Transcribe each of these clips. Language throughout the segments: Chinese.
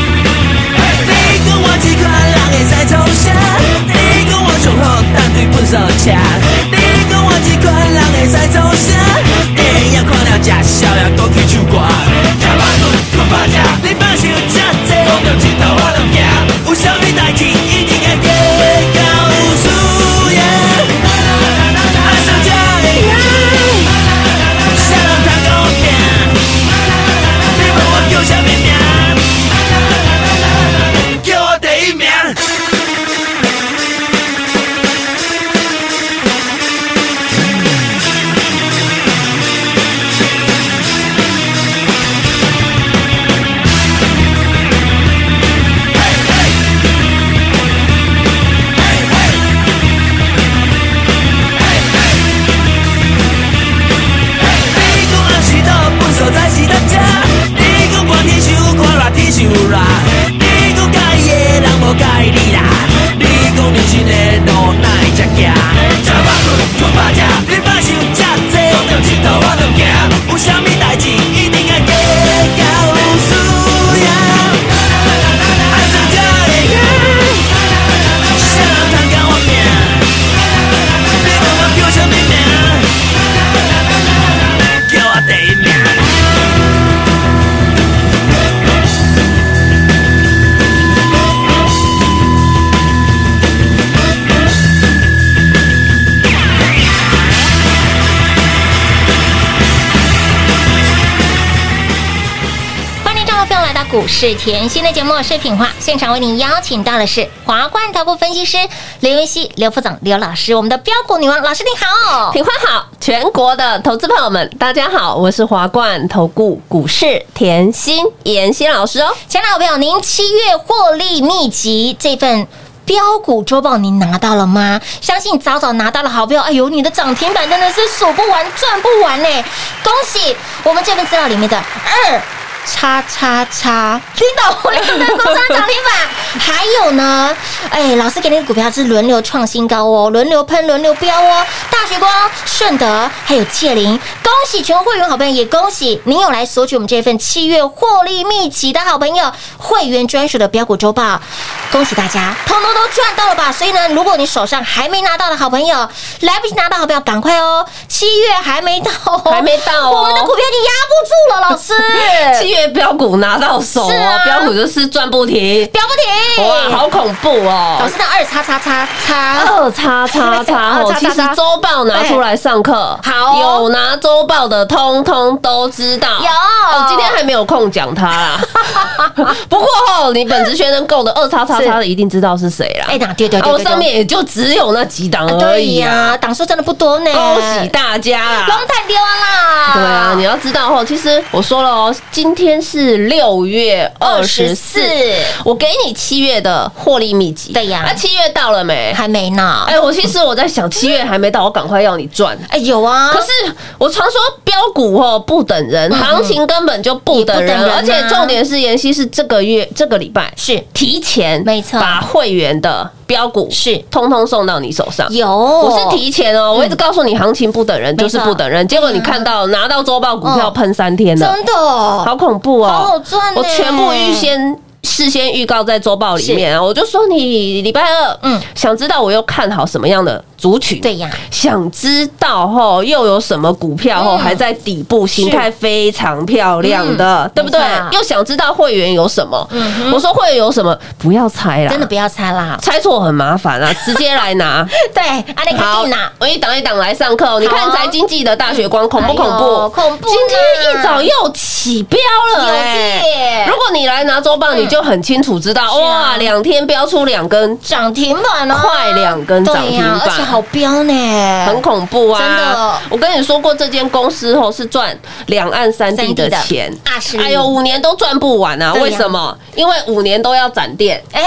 你跟我几块浪也在头上，你跟我雄厚但对不手枪，你跟我几块浪也在头上，你要看了吃逍遥都去唱歌，吃饱顿困饱觉，你放想这多，讲到尽头我都行，有啥物代志一定会计较有输赢，爱上这会嗨，啥人通甲我拼，你问我叫啥物名？叫我第一名。你讲阿是倒粪扫才是咱吃，你讲寒天想看热天想热，你讲介意的人无介意你啦，你讲人生的路哪会这行，吃饱困困饱食，你莫想这多，讲到尽头我就行，有啥物代志一定要计较有输赢，爱上这会嗨，啥人通甲我拼，你问我叫啥物名？叫我第一名。欢迎听众朋友来到股市甜心的节目，我是品花，现场为您邀请到的是华冠投顾分析师刘云熙、刘副总、刘老师，我们的标股女王老师你好。品花好，全国的投资朋友们，大家好，我是华冠投顾股市甜心妍希老师哦。前老朋友，您七月获利秘籍这份。标股周报您拿到了吗？相信早早拿到了好朋友，哎呦，你的涨停板真的是数不完、赚不完呢！恭喜我们这份资料里面的二叉叉叉，听到我两个工商涨停板，还有呢，哎，老师给你的股票是轮流创新高哦，轮流喷，轮流飙哦，大学光、顺德还有界林，恭喜全国会员好朋友，也恭喜您有来索取我们这份七月获利秘籍的好朋友会员专属的标股周报，恭喜大家，通通都赚到了吧？所以呢，如果你手上还没拿到的好朋友，来不及拿到好朋友，赶快哦，七月还没到、哦，还没到哦我们的股票已经压不住了，老师， 七月标股拿到手是哦啊，标股就是赚不停，标不停，哇，好哦恐怖老哦师！的二叉叉叉叉，二叉叉叉二哦，叉叉叉其实周报拿出来上课，好哦有拿周报的，通通都知道。有哦，今天还没有空讲他 啦。不过哦，你本职学生够的二叉叉叉的一定知道是谁啦。哎，哪对对啊，对我对上对，面也就只有那几档而对已呀，啊。档数真的不多呢，恭喜大家啦龙！太丢啊啦！对啊，你要知道哦，其实我说了哦，今天是六月二十四，我给你七月的获利秘籍。对呀那七月到了没？还没呢。哎，我其实我在想，七月还没到，我赶快要你赚。哎，有啊，可是我常说标股哦不等人，行情根本就不等也人嗯不等，人啊而且重点是妍希是这个月这个礼拜是提前没错把会员的标股是通通送到你手上。有，我我是提前嗯哦，我一直告诉你行情不等人就是不等人，结果你看到拿到周报股票嗯喷三天了，真的嗯哦，好恐怖哦，好好赚欸呢我全部预先。事先预告在周报里面啊，我就说你礼拜二，嗯嗯，想知道我又看好什么样的族群？对呀想知道吼又有什么股票吼嗯还在底部，形态非常漂亮的嗯，对不对没错？又想知道会员有什么嗯？哼我说会员有什么？不要猜啦，真的不要猜啦。猜错很麻烦啊，直接来拿。对，阿内卡好定啊啦，，我一档一档来上课哦。你看财经记的大学光恐不恐哎呦怖？恐怖呢今天一早又起标了有耶哎。如果你来拿周报，你就很清楚知道，是啊哇，两天标出两根，涨停板哦，快两根涨停对呀而且板，好标呢，很恐怖啊！真的我跟你说过，这间公司哦是赚两岸三地的钱三地的二十亿哎呦，五年都赚不完啊！对呀为什么？因为五年都要展店，哎、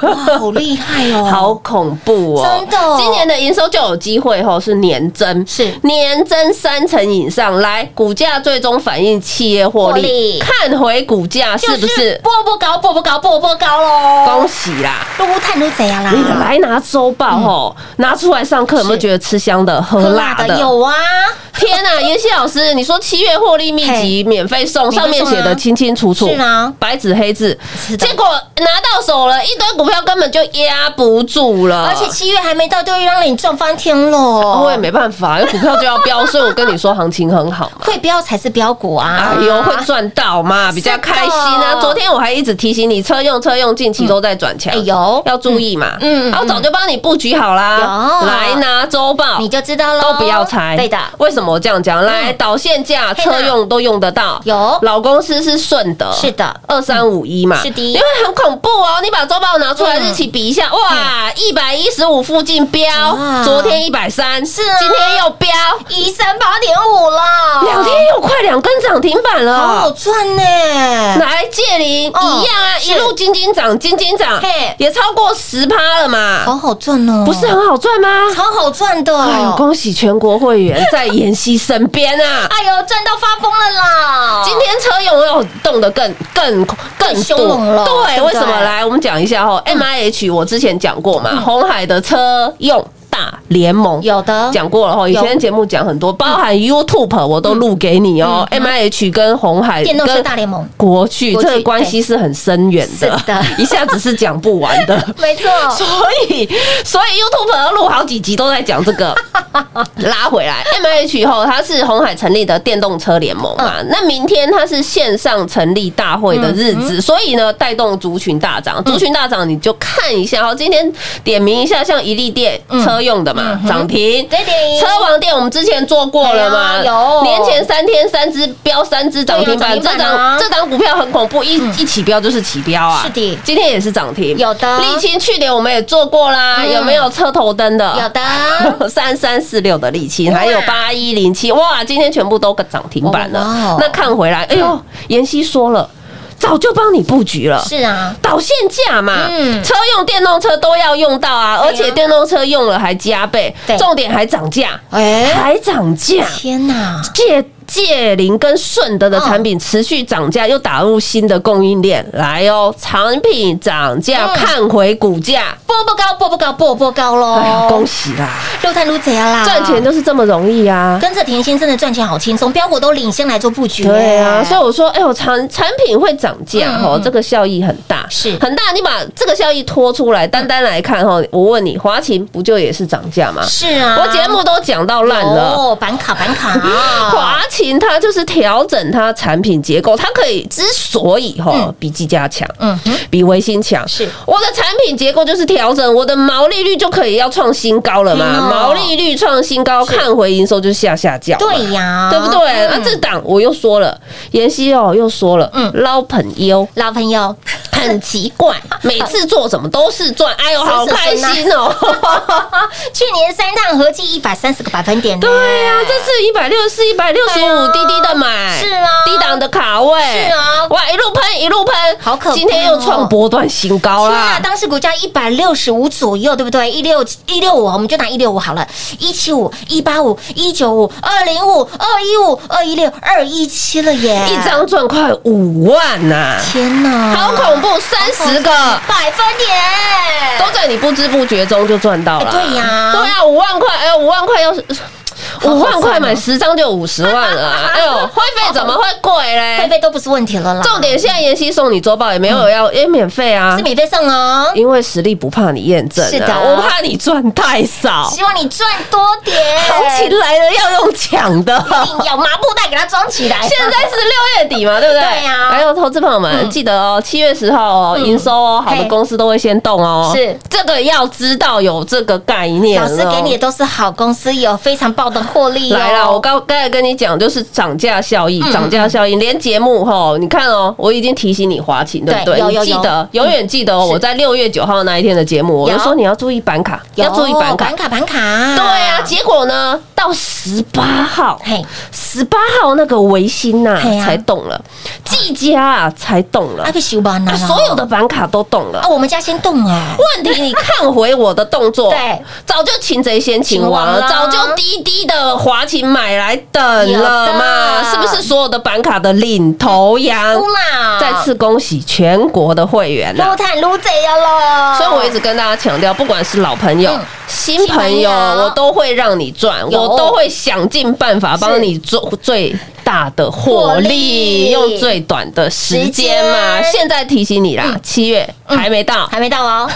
哇，好厉害哦！ 好恐怖哦！真的哦今年的营收就有机会哦，是年增，是年增三成以上。来，股价最终反映企业获获利利，看回股价就是不是？波波高，波波高，波波高哎喽！恭喜啦！撸碳都怎样啦？你来拿周报哦，拿出来上课有没有是觉得吃香的、喝嗯喝辣的？有啊，天呐、妍希老师，你说七月获利秘籍免费送，免上费送啊面写的清清楚楚，是啊白纸黑字，是的结果拿到手了一堆股票，根本就压不住了，而且七月还没到，就让你赚翻天喽！我也哦没办法，有股票就要飙，所以我跟你说行情很好嘛。会标才是标股啊！哎呦，会赚到嘛，比较开心是啊！的昨天我还一直提醒你，车用车用近期都在转强，嗯哎呦要注意嘛。嗯嗯嗯，啊我早就帮你布局好啦，有来拿周报，你就知道喽，都不要猜。对的，为什么我这样讲？来，嗯导线架嘿呐车用都用得到，有老公司是顺德，是的二三五一嘛，是的因为很恐怖哦，你把周报拿出来嗯日期比一下，哇，一百一十五附近飙哇，昨天一百三，是啊哦今天又飙，一三八点五了，两天又快两根涨停板好好了。赚呢！来，借零一哦样啊，是一路金金涨，金金涨嘿，也超过十趴了嘛，好好赚哦，不是很好赚吗？好好赚的，哎呦，恭喜全国会员在妍希身边啊！哎呦，赚到发疯了啦！今天车有没有动得更更更凶猛了嗯对对，不为对什么？来，我们讲一下哦。M I H 我之前讲过嘛，红海的车用大联盟嗯有的讲过了哦。以有嗯前节目讲很多，包含 YouTube 我都录给你哦。M I H 跟红海电动车跟大联盟，国巨国这巨个关系是很深远的，是的 一下子是讲不完的。没错，所以，所以 YouTube 要录好几集都在讲这个。拉回来，M H 以后它是红海成立的电动车联盟嘛，那明天它是线上成立大会的日子，所以呢，带动族群大涨。族群大涨，你就看一下哦。今天点名一下，像一利电车用的嘛，涨停。这点车王店我们之前做过了嘛？对啊有年前三天三只标，三只涨停板，对啊这涨停板啊嗯档这档股票很恐怖，一一起标就是起标啊。是的今天也是涨停。有的沥青去年我们也做过啦，嗯有没有车头灯的？有 的， 三三四六的沥青，哇还有八一零七，哇，今天全部都涨停板哇哇了哦。那看回来，哎呦，妍希说了，早就帮你布局了。是啊，导线架嘛，嗯车用电动车都要用到啊，而且电动车用了还加倍对，重点还涨价，哎，还涨价，天哪，借借零跟顺德的产品持续涨价，又打入新的供应链，来哦，产品涨价，嗯看回股价，波波高，波波高，波波高哎呀，恭喽！喜啦！肉探路怎样啦？赚钱就是这么容易啊！跟着甜心真的赚钱好轻松，标股都领先来做布局耶。对啊，所以我说，哎呦，产产品会涨价嗯哦嗯，这个效益很大，是很大。你把这个效益拖出来，单单来看哦，我问你，华勤不就也是涨价吗？是啊，我节目都讲到烂了，哦，板卡板卡， 华勤它就是调整它产品结构，它可以之所以哈嗯比技嘉强，嗯哼，比维新强，是我的产品结构就是调整，我的毛利率就可以要创新高了嘛，嗯哦毛利率创新高，看回营收就下下降，对。呀，对不对？啊，这档我又说了，妍希哦又说了，嗯嗯，捞朋友老朋友，很奇怪，每次做什么都是赚，哎呦，是是好开心哦！去年三趟合计一百三十个百分点呢，对呀、这次一百六四、一百六十哎呦五，滴滴的买，是啊低档的卡位，是啊哇，一路喷一路喷，好可怕哦今天又创波段新高天啊，啦！当时股价一百六十五左右，对不对？一六一六五，我们就拿一六五好了，一七五、一八五、一九五、二零五、二一五、二一六、二一七了耶！一，张赚快五万呐、天啊哪，好恐怖，三十个百分点，都在你不知不觉中就赚到了。哎对呀对呀，五万块，哎呦，五万块要是。好五万划块算哦买十张就五十万 了啊、哎呦，会费怎么会贵会嘞？费都不是问题了啦。重点现在妍希送你周报也没有要，也免费啊嗯是，免费送哦， 因为实力不怕你验证、啊，是的我怕你赚太少，希望你赚多点。行情来了要用抢的。一定要麻布袋给它装起来。 现在是六月底嘛，对不对？啊对呀还有投资朋友们，记得哦，七月十号哦，营收哦，好的嘿公司都会先动哦。是这个要知道有这个概念老哦。师给你的都是好公司，有非常棒的获利哦来啦，我刚刚才跟你讲，就是涨价效应，涨价效应，连节目吼，你看哦，我已经提醒你华勤，对不对有对？有你记得，永远记得哦，是我在六月九号那一天的节目，我就有说你要注意板卡，有要注意板卡板。卡板卡，对啊，结果呢，到十八号，嗯嘿，十八号那个维新呐嘿啊才动了，技嘉啊才动了阿，被修吧，啊那所有的板卡都动了啊，。我们家先动啊，问题，你看回我的动 作，对，早就擒贼先擒王了，擒王早啦就滴滴的华勤买来等了有的嘛，是不是？所有的板卡的领头羊，乌啦，再次恭喜全国的会员嗯撸啦！碳撸这样喽，所以我一直跟大家强调，不管是老朋友嗯、新新朋友，朋友我都会让你赚，有我都会想尽办法帮你做最大的获获利，利用最短的时间嘛。时间嗯现在提醒你啦，七月还没到，还没到哦，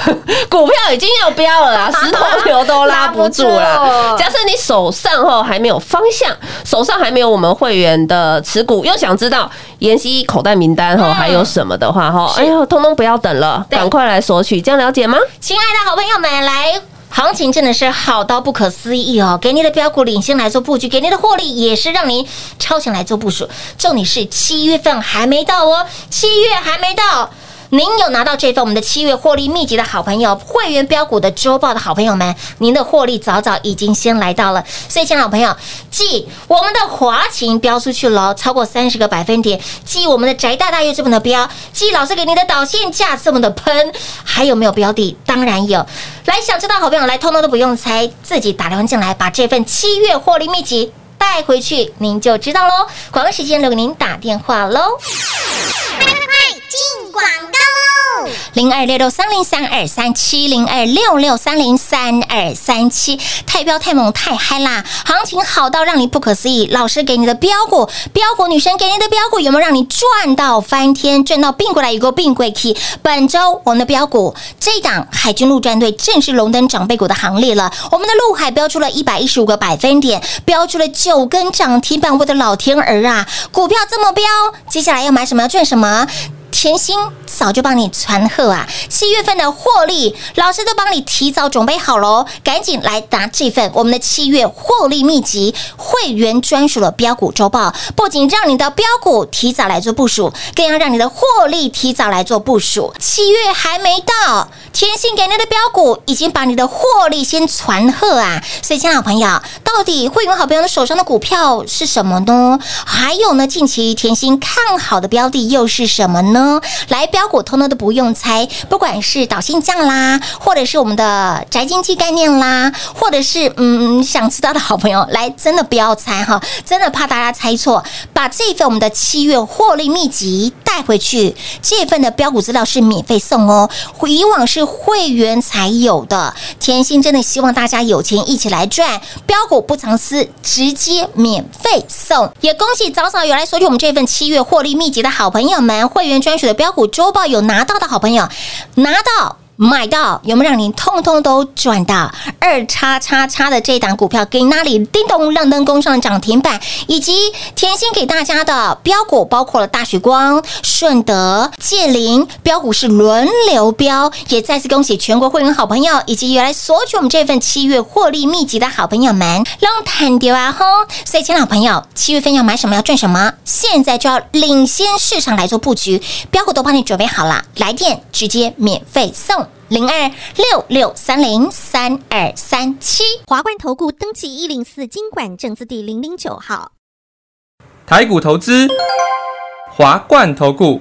股票已经要飙 了啦，石头牛都拉不住拉啦不住。假设你手上哦还没有方向，手上还没有我们会员的持股，又想知道妍希口袋名单哦还有什么的话哦，哎呦，通通不要等了，嗯对赶快来索取，这样了解吗？亲爱的好朋友们，来。行情真的是好到不可思议哦！给你的标股领先来做布局，给你的获利也是让你超前来做部署。重点是七月份还没到哦，七月还没到。您有拿到这份我们的七月获利秘籍的好朋友，会员标股的周报的好朋友们，您的获利早早已经先来到了。所以，亲爱的好朋友，继我们的华勤标出去了，超过三十个百分点，继我们的宅大大又这么的标，继老师给您的导线价这么的喷，还有没有标的？当然有。来，想知道好朋友来，通通都不用猜，自己打电话进来，把这份七月获利秘籍带回去，您就知道喽。广告时间留给您打电话喽。零二六六三零三二三七零二六六三零三二三七，太彪太猛太嗨啦！行情好到让你不可思议。老师给你的标股，标股女神给你的标股有没有让你赚到翻天，赚到并过来有个并过去？本周我们的标股这一档海军陆战队正式荣登长辈股的行列了。我们的陆海标出了一百一十五个百分点，标出了九根涨停板。我的老天儿啊，股票这么标，接下来要买什么？要赚什么？甜心早就帮你传贺啊！七月份的获利，老师都帮你提早准备好喽，赶紧来拿这份我们的七月获利秘籍会员专属的标股周报，不仅让你的标股提早来做部署，更要让你的获利提早来做部署。七月还没到，甜心给你的标股已经把你的获利先传贺啊！所以，亲爱的朋友，到底会员好朋友的手上的股票是什么呢？还有呢，近期甜心看好的标的又是什么呢？来标股通通都不用猜，不管是导线酱啦，或者是我们的宅经济概念啦，或者是嗯想知道的好朋友，来真的不要猜哈，真的怕大家猜错，把这份我们的七月获利秘籍带回去，这份的标股资料是免费送哦，以往是会员才有的。甜心真的希望大家有钱一起来赚，标股不藏私，直接免费送。也恭喜早早有来索取我们这份七月获利秘籍的好朋友们，会员专属的标股周报有拿到的好朋友，拿到。买到有没有让您通通都赚到？二叉叉叉的这档股票给那里叮咚亮灯攻上涨停板，以及甜心给大家的标股包括了大许光、顺德、界林标股是轮流标，也再次恭喜全国会员好朋友以及原来索取我们这份七月获利秘籍的好朋友们，让坦丢啊吼！所以，亲爱的朋友，七月份要买什么要赚什么，现在就要领先市场来做布局，标股都帮你准备好了，来电直接免费送。零二六六三零三二三七，华冠投顾登记一零四经管证字第零零九号。台股投资，华冠投顾。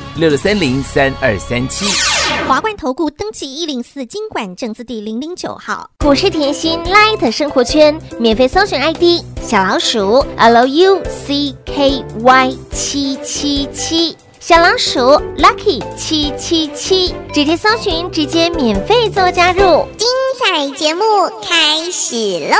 六六三零三二三七。华冠投顾登记一零四经管证字第零零九号。我是甜心 Light 生活圈免费搜寻 ID 小老鼠 Lucky 七七七，小老鼠 Lucky 七七七，直接搜寻，直接免费做加入。彩节目开始喽！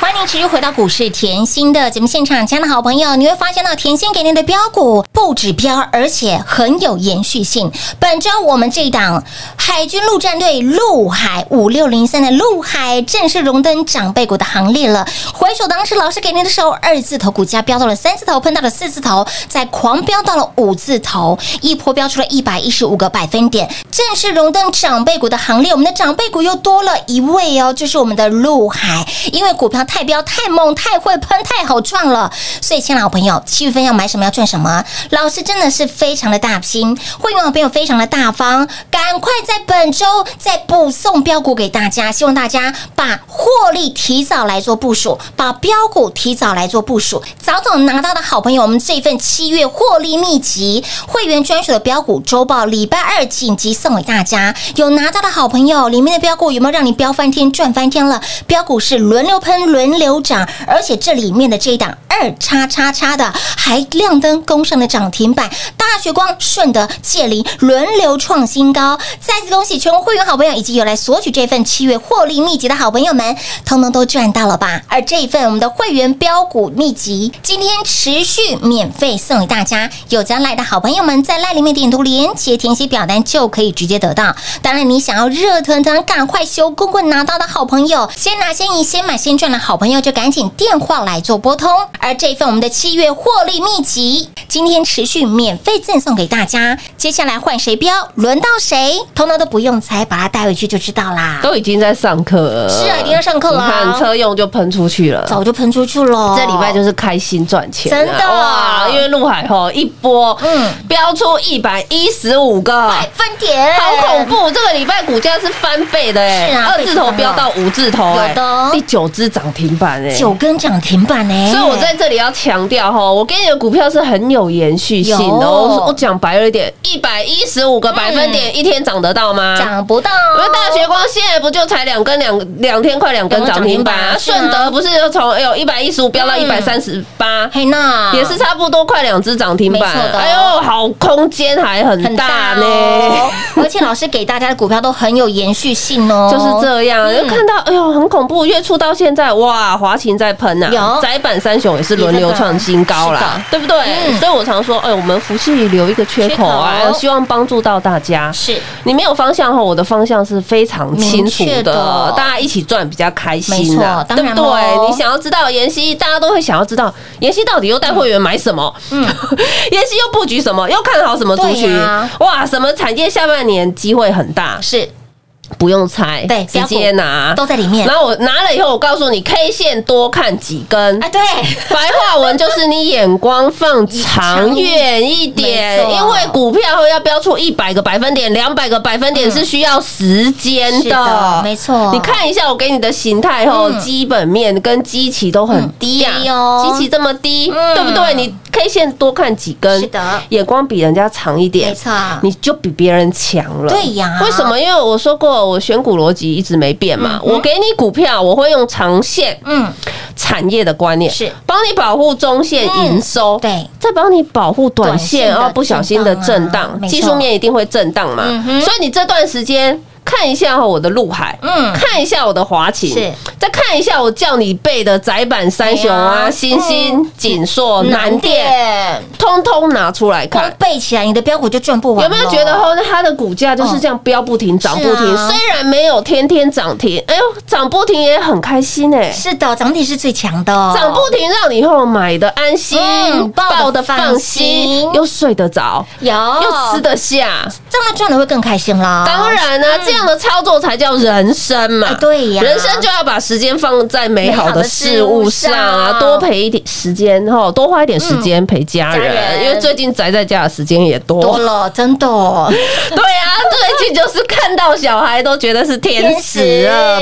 欢迎持续回到股市甜心的节目现场，亲爱的好朋友，你会发现到甜心给您的标股不止标，而且很有延续性。本周我们这一档海军陆战队陆海五六零三的陆海正式荣登长辈股的行列了。回首当时老师给您的时候，二字头股价飙到了三字头，碰到了四字头，再狂飙到了五字头，一波飙出了一百一十五个百分点，正式荣登长辈股的行列。我们的长辈股又多了一位哦，就是我们的陆海，因为股票太飙、太猛、太会喷、太好赚了，所以亲爱的好朋友，七月份要买什么要赚什么，老师真的是非常的大心，会员好朋友非常的大方，赶快在本周再补送标股给大家，希望大家把获利提早来做部署，把标股提早来做部署，早早拿到的好朋友，我们这一份七月获利秘籍会员专属的标股周报，礼拜二紧急送给大家，有拿到的好朋友，里面的标股有没有让你飙翻天、赚翻天了？标股是轮流喷、轮流涨，而且这里面的这一档二叉叉叉的还亮灯攻上了涨停板，大学光、顺德、界林轮流创新高。再次恭喜全国会员好朋友以及有来索取这份七月获利秘籍的好朋友们，通通都赚到了吧？而这一份我们的会员标股秘籍，今天持续免费送给大家，有加赖的好朋友们在赖里面点图连接填写表单就可以直接得到。当然，你想要热腾腾、赶快修棍棍拿到的好朋友，先拿先赢、先买先赚的好朋友，就赶紧电话来做拨通。而这一份我们的七月获利秘籍，今天持续免费赠送给大家。接下来换谁标，轮到谁，通通都不用猜，把它带回去就知道啦。都已经在上课了。是啊，一定要上课你看了，车用就喷出去了。早就喷出去了。这礼拜就是开心赚钱啊，真的哇！因为陆海吼一波，嗯嗯，飙出一百一十五个，好哎分点，恐！怖！啊这个礼拜股价是翻倍的哎、是啊二字头飙到五字头哎、有的哦第九只涨停板哎、九哎根涨停板呢、所以我在这里要强调哈，我给你的股票是很有延续性的有哦。我我讲白了一点，一百一十五个百分点，一天涨得到吗？嗯涨不到、因为大学光现在不就才两根两两天快两根涨停板两啊，根涨停板顺德不是就从哎呦一百一十五飙到一百三十八，嘿娜也是差不多快两只涨停板没错的，哎呦，好空间还很很大大呢哦。，而且老师给大家的股票都很有延续性哦，就是这样，就看到，哎呦，很恐怖！月初到现在，哇，华勤在喷呐、啊，有窄板三雄也是轮流创新高是的啦，对不对？嗯所以我常说，哎，我们福气留一个缺口啊缺，口哦希望帮助到大家。是你没有方向后，我的方向是非常清楚明确的，的大家一起赚比较开没心的、错当对然不咯对？你想要知道妍希，大家都会想要知道妍希到底又带会员买什么，嗯， 妍希又布局什么，又看好什么族群，对呀哇，什么产业下半年机会很大，是不用猜，对直接拿都。在里面然后我拿了以后，我告诉你，K 线多看几根啊，。对，白话文就是你眼光放长远一没点，错因为股票要标出一百个百分点、两百个百分点是需要时间是的的，没错你看一下我给你的形态后，嗯基本面跟基期都很低啊嗯低哦，基期这么低，嗯对不对？你 K 线多看几根，是的眼光比人家长一点，没错你就比别人强了。对呀为什么？因为我说过，我选股逻辑一直没变嘛。我给你股票，我会用长线嗯，产业的观念，是帮你保护中线嗯营收，对，再帮你保护短短线线的啊，不小心的震震荡啊荡，没错技术面一定会震荡嘛嗯哼。所以你这段时间。看一下我的陆海，嗯看一下我的华勤是，再看一下我叫你背的窄板三雄哎嗯呀啊、星星、锦硕、南电，点通通拿出来看光。背起来，你的标股就赚不完有咯，没有觉得后它的股价就是这样飙不停、涨不停？哦是啊虽然没有天天涨停，哎呦，涨不停也很开心哎、是的，涨体是最强的哦，涨不停让你后买的安心嗯，抱的放心哦放心，又睡得着，有又吃得下，这样他赚的会更开心啦。当然呢、这样的操作才叫人生嘛。哎嗯对呀人生就要把时间放在美好的事物上美好的事物上嗯啊，多陪一点时间哈，多花一点时间陪家人，家人因为最近宅在家的时间也多。多了，真 的哦。对啊，最近就是看到小孩都觉得是天使了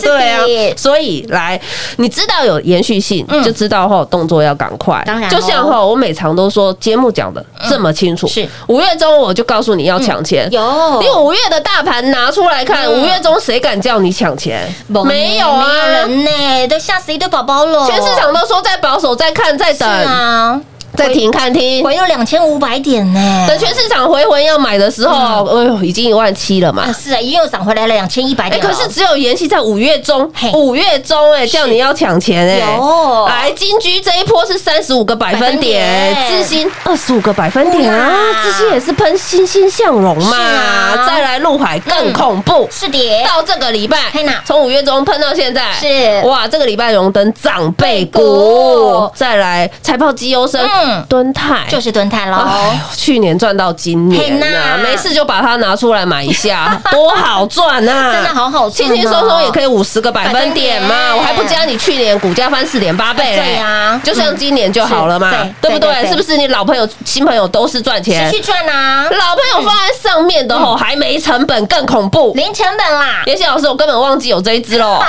天使对啊是的，嗯所以来，你知道有延续性，就知道吼动作要赶快。当然哦嗯就像吼我每场都说节目讲的这么清楚，是嗯五月中我就告诉你要抢钱，有嗯你五月的大盘拿出来看，五月中谁敢叫你抢钱？没有啊没。有人呢，都吓死一堆宝宝了。全市场都说在保守，在看，在是等，啊，在停看听。我有两千五百点呢。等全市场回魂要买的时候，哎呦，已经一万七了嘛嗯啊，。是啊，已经又涨回来了两千一百哎、点了。可是只有延期在五月中嘿，五月中哎、叫你要抢钱哎、有来金居这一波是三十五个百分点百，分点智新二十五个百分点啊哇，智新也是喷欣欣向荣嘛，是啊再来陆海更恐怖。是的，到这个礼拜嘿呐，从五月中喷到现在，是哇，这个礼拜荣登长辈倍股股，再来财报绩优生嗯，敦泰就是蹲泰喽。哎呦去年赚到今年呐、嘿呐没事就把它拿出来买 一下，多好赚啊呐、真的好好赚轻哦轻松松也可以五啊十个百分点百分嘛，点我还不加你去年股价翻四点八倍嘞、对呀就像今年就好了嘛，嗯是对对不对对对对是不是你老朋友、新朋友都是赚钱持？续赚啊，老朋友放在上面的吼，嗯还没成本更恐怖。零成本啦， 妍希老师，我根本忘记有这一 支喽，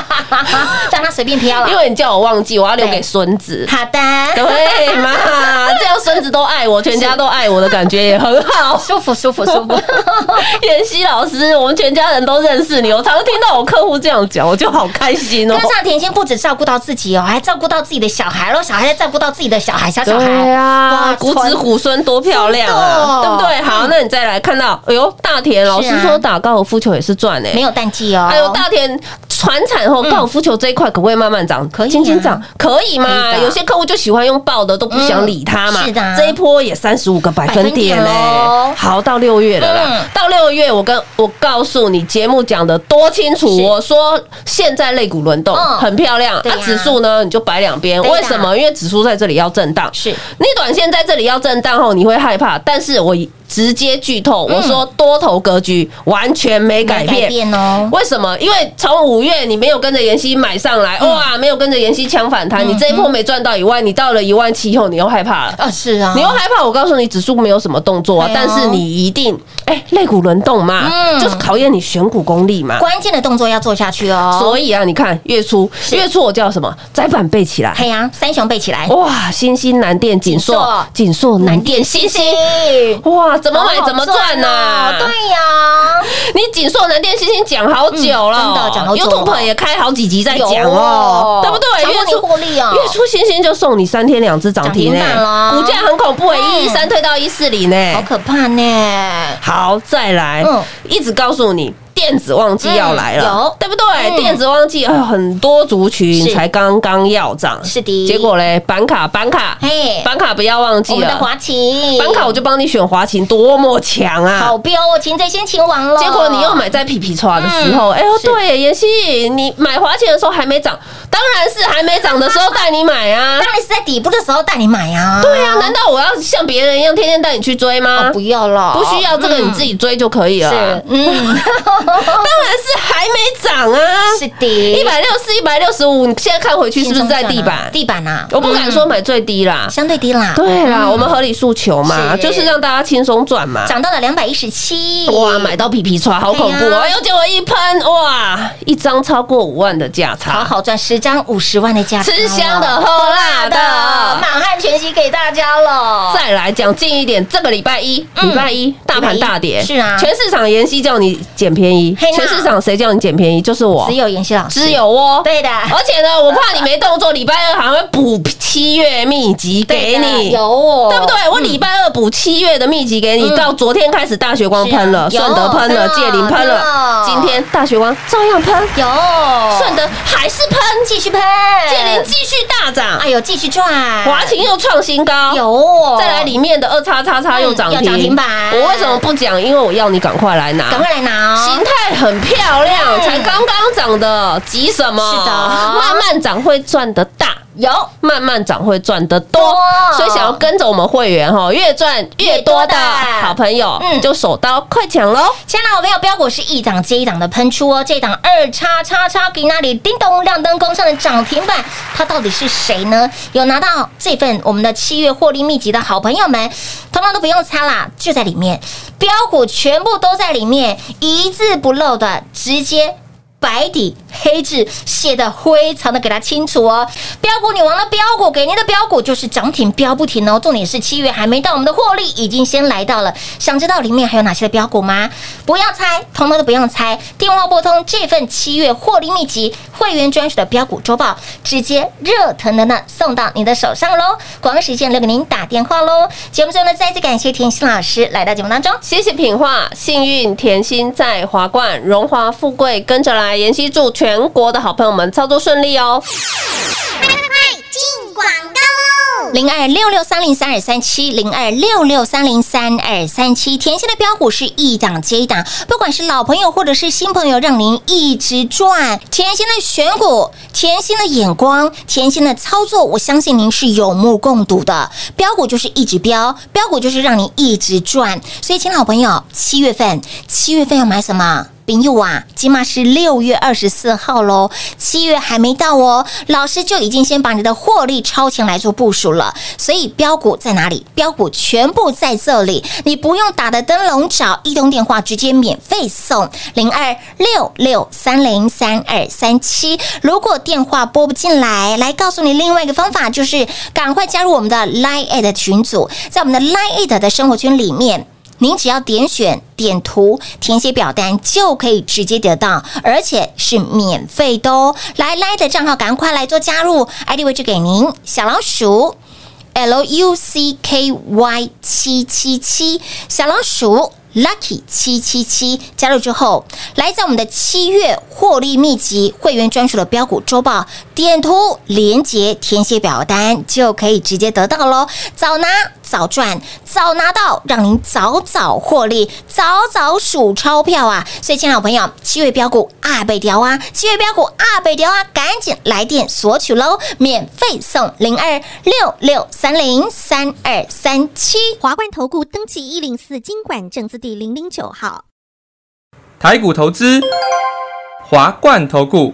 让它随便飘因了。为你叫我忘记，我要留对给孙子。好的，对嘛，这样孙子都爱我，全家都爱我的感觉也很 好。舒服舒服舒 服。妍希老师，我们全家人都认识你，我常常听到我客户这样讲，我就好开心哦跟。上甜心不止照顾到自己哦，还照顾到自己的小孩喽，小孩再照顾到自己的小孩小小孩，对啊，骨骨子子虎孙多漂亮啊，真的对不对？好，那你再来看到，哎呦，大田老师是啊说打高尔夫球也是赚哎没，有淡季哦。哎呦，大田船产后高尔夫球这一块可不可以慢慢涨？可以啊轻轻涨，可以可以嘛？的有些客户就喜欢用爆的，都不想理他嘛。嗯是的这一波也三十五个百分点百分点喽嘞。好，到六月了啦嗯。到六月，我跟我告诉你，节目讲的多清楚。我说现在肋骨轮动嗯很漂亮，对那呀指数呢你就摆两边。对呀为什么？因为指数在这里要震荡。是你短线在这里要震荡后，你会害怕。但是我直接剧透，我说多头格局完全没改没改变。变哦，为什么？因为从五月你没有跟着妍希买上来，哇，没有跟着妍希抢反弹，你这一波没赚到以外，你到了一万七以后，你又害怕了。啊是啊，你又害怕？我告诉你，指数嗯没有什么动作啊哎，呦但是你一定哎，肋骨轮动嘛嗯，就是考验你选股功力嘛。关键的动作要做下去哦。所以啊，你看月初，月初我叫什么？窄板背起来，嘿呀，三雄背起来，哎哇，新兴南电、锦硕、锦硕南电、新兴，星，哇，怎么买怎么赚啊呐？哦对呀，你锦硕南电星星讲好久了，嗯真的讲好久了 YouTube 也开好几集在讲有哦哦，对不对？强迫你获利哦月初星星就送你三天两只涨停涨停板啦呢，股价很恐怖哎，嗯一一三推到一四零好呢。可怕呢。好，再来嗯，一直告诉你。电子旺季要来嗯有了，对不嗯对？电子旺季，哎呦，很多族群是才刚刚要涨，是的结果嘞，板卡板卡嘿，板卡不要忘我记们的了，华勤，板卡啊我就帮你选华勤，多么强啊！好标哦，擒贼先擒王了。结果你又买在皮皮刷的时嗯候，哎呦，对耶，妍希，你买华钱的时候还没涨，当然是还没涨的时候带你买啊。当然是在底部的时候带你买啊。对啊，难道我要像别人一样天天带你去追哦，吗不？要了，不需要这个，你自己追就可以了。当是然嗯，是还没涨啊， 是的， 一百六四、一百六十五，你现在看回去是不是在地板？地板啊，我不敢说买最低啦，相对低啦，对啊啦，我们合理诉求嘛，嗯是就是让大家轻松赚嘛。涨到了两百一十七，哇，买到皮皮刷好恐怖对哦！啊哎呦，结果一喷，哇，一张超过五万的价差，好好赚十张五十万的价格，吃香的喝辣的，的。满汉全席给大家了。再来讲近一点，这个礼拜一，嗯礼拜一大盘大跌，是啊全市场妍希叫你捡便宜嘿，呐全市场谁叫你捡便宜？就是我只，有妍希老师，只有我。对的，而且呢，我怕你没动作，礼拜二还会补七月秘籍对给的你，有哦，对不对？我礼拜二补七月的秘籍给你，到昨天开始大学光喷了，是啊顺德喷了有，界林喷真的了，今天大学光照样喷，有顺德还是喷，继续喷，界林继续大涨呃哎，呦，继续赚，华勤又创新高，有，再来里面的二叉叉叉又涨嗯又停，涨停板我为什么不讲？因为我要你赶快来赶拿。快来拿形哦，态很漂亮，嗯才刚刚涨的，急什么？是的慢慢涨会赚得大。有慢慢涨会赚得多多，所以想要跟着我们会员哈，越赚越多的好朋友，嗯就手刀快抢喽！亲爱的好朋友，标股是一档接一档的喷出哦，这档二叉叉叉给那里叮咚亮灯攻上的涨停板，它到底是谁呢？有拿到这份我们的七月获利秘籍的好朋友们，通通都不用猜啦，就在里面，标股全部都在里面，一字不漏的直接。白底黑字写的非常的给它清楚哦，标股女王的标股给您的标股就是涨停标不停哦，重点是七月还没到，我们的获利已经先来到了。想知道里面还有哪些的标股吗？不要猜，通通都不用猜。电话拨通这份七月获利秘籍会员专属的标股周报，直接热腾腾的送到你的手上喽！广告时间留给您打电话喽。节目最后呢，再次感谢甜心老师来到节目当中。谢谢品画，幸运甜心在华冠，荣华富贵跟着来。妍希祝全国的好朋友们操作顺利哦！进广告喽！零二六六三零三二三七，零二六六三零三二三七，甜心的标股是一档接一档，不管是老朋友或者是新朋友，让您一直赚。甜心的选股，甜心的眼光，甜心的操作，我相信您是有目共睹的。标股就是一直标，标股就是让您一直赚。所以，请老朋友，七月份，七月份要买什么？朋友啊，起码是六月二十四号喽，七月还没到哦，老师就已经先把你的获利超前来做部署了。所以标股在哪里？标股全部在这里，你不用打的灯笼找，一通电话直接免费送零二六六三零三二三七。如果电话拨不进来，来告诉你另外一个方法，就是赶快加入我们的 Line at 群组，在我们的 Line at 的生活圈里面。您只要点选、点图、填写表单就可以直接得到，而且是免费的哦！来来的账号赶快来做加入，ID 位置给您，小老鼠 L U C K Y 七七七，小老鼠 Lucky 七七七，加入之后，来在我们的七月获利秘籍会员专属的标股周报，点图连接填写表单就可以直接得到喽。早拿早赚，早拿到，让您早早获利，早早数钞票啊！所以，亲爱的朋友，七月标股二倍调啊，七月标股二倍调啊，赶紧来电索取喽，免费送零二六六三零三二三七。华冠投顾登记一零四经管证字第零零九号。台股投资，华冠投顾。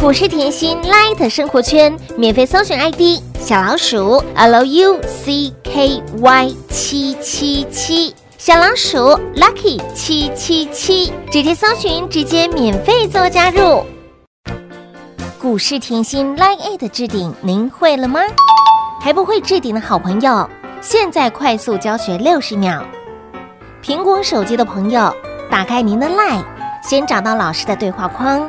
股市甜心 Light 生活圈免费搜寻 ID 小老鼠 Lucky 七七七，小老鼠 Lucky 七七七，直接搜寻，直接免费做加入。股市甜心 Light 的置顶，您会了吗？还不会置顶的好朋友，现在快速教学六十秒。苹果手机的朋友，打开您的 Line，先找到老师的对话框。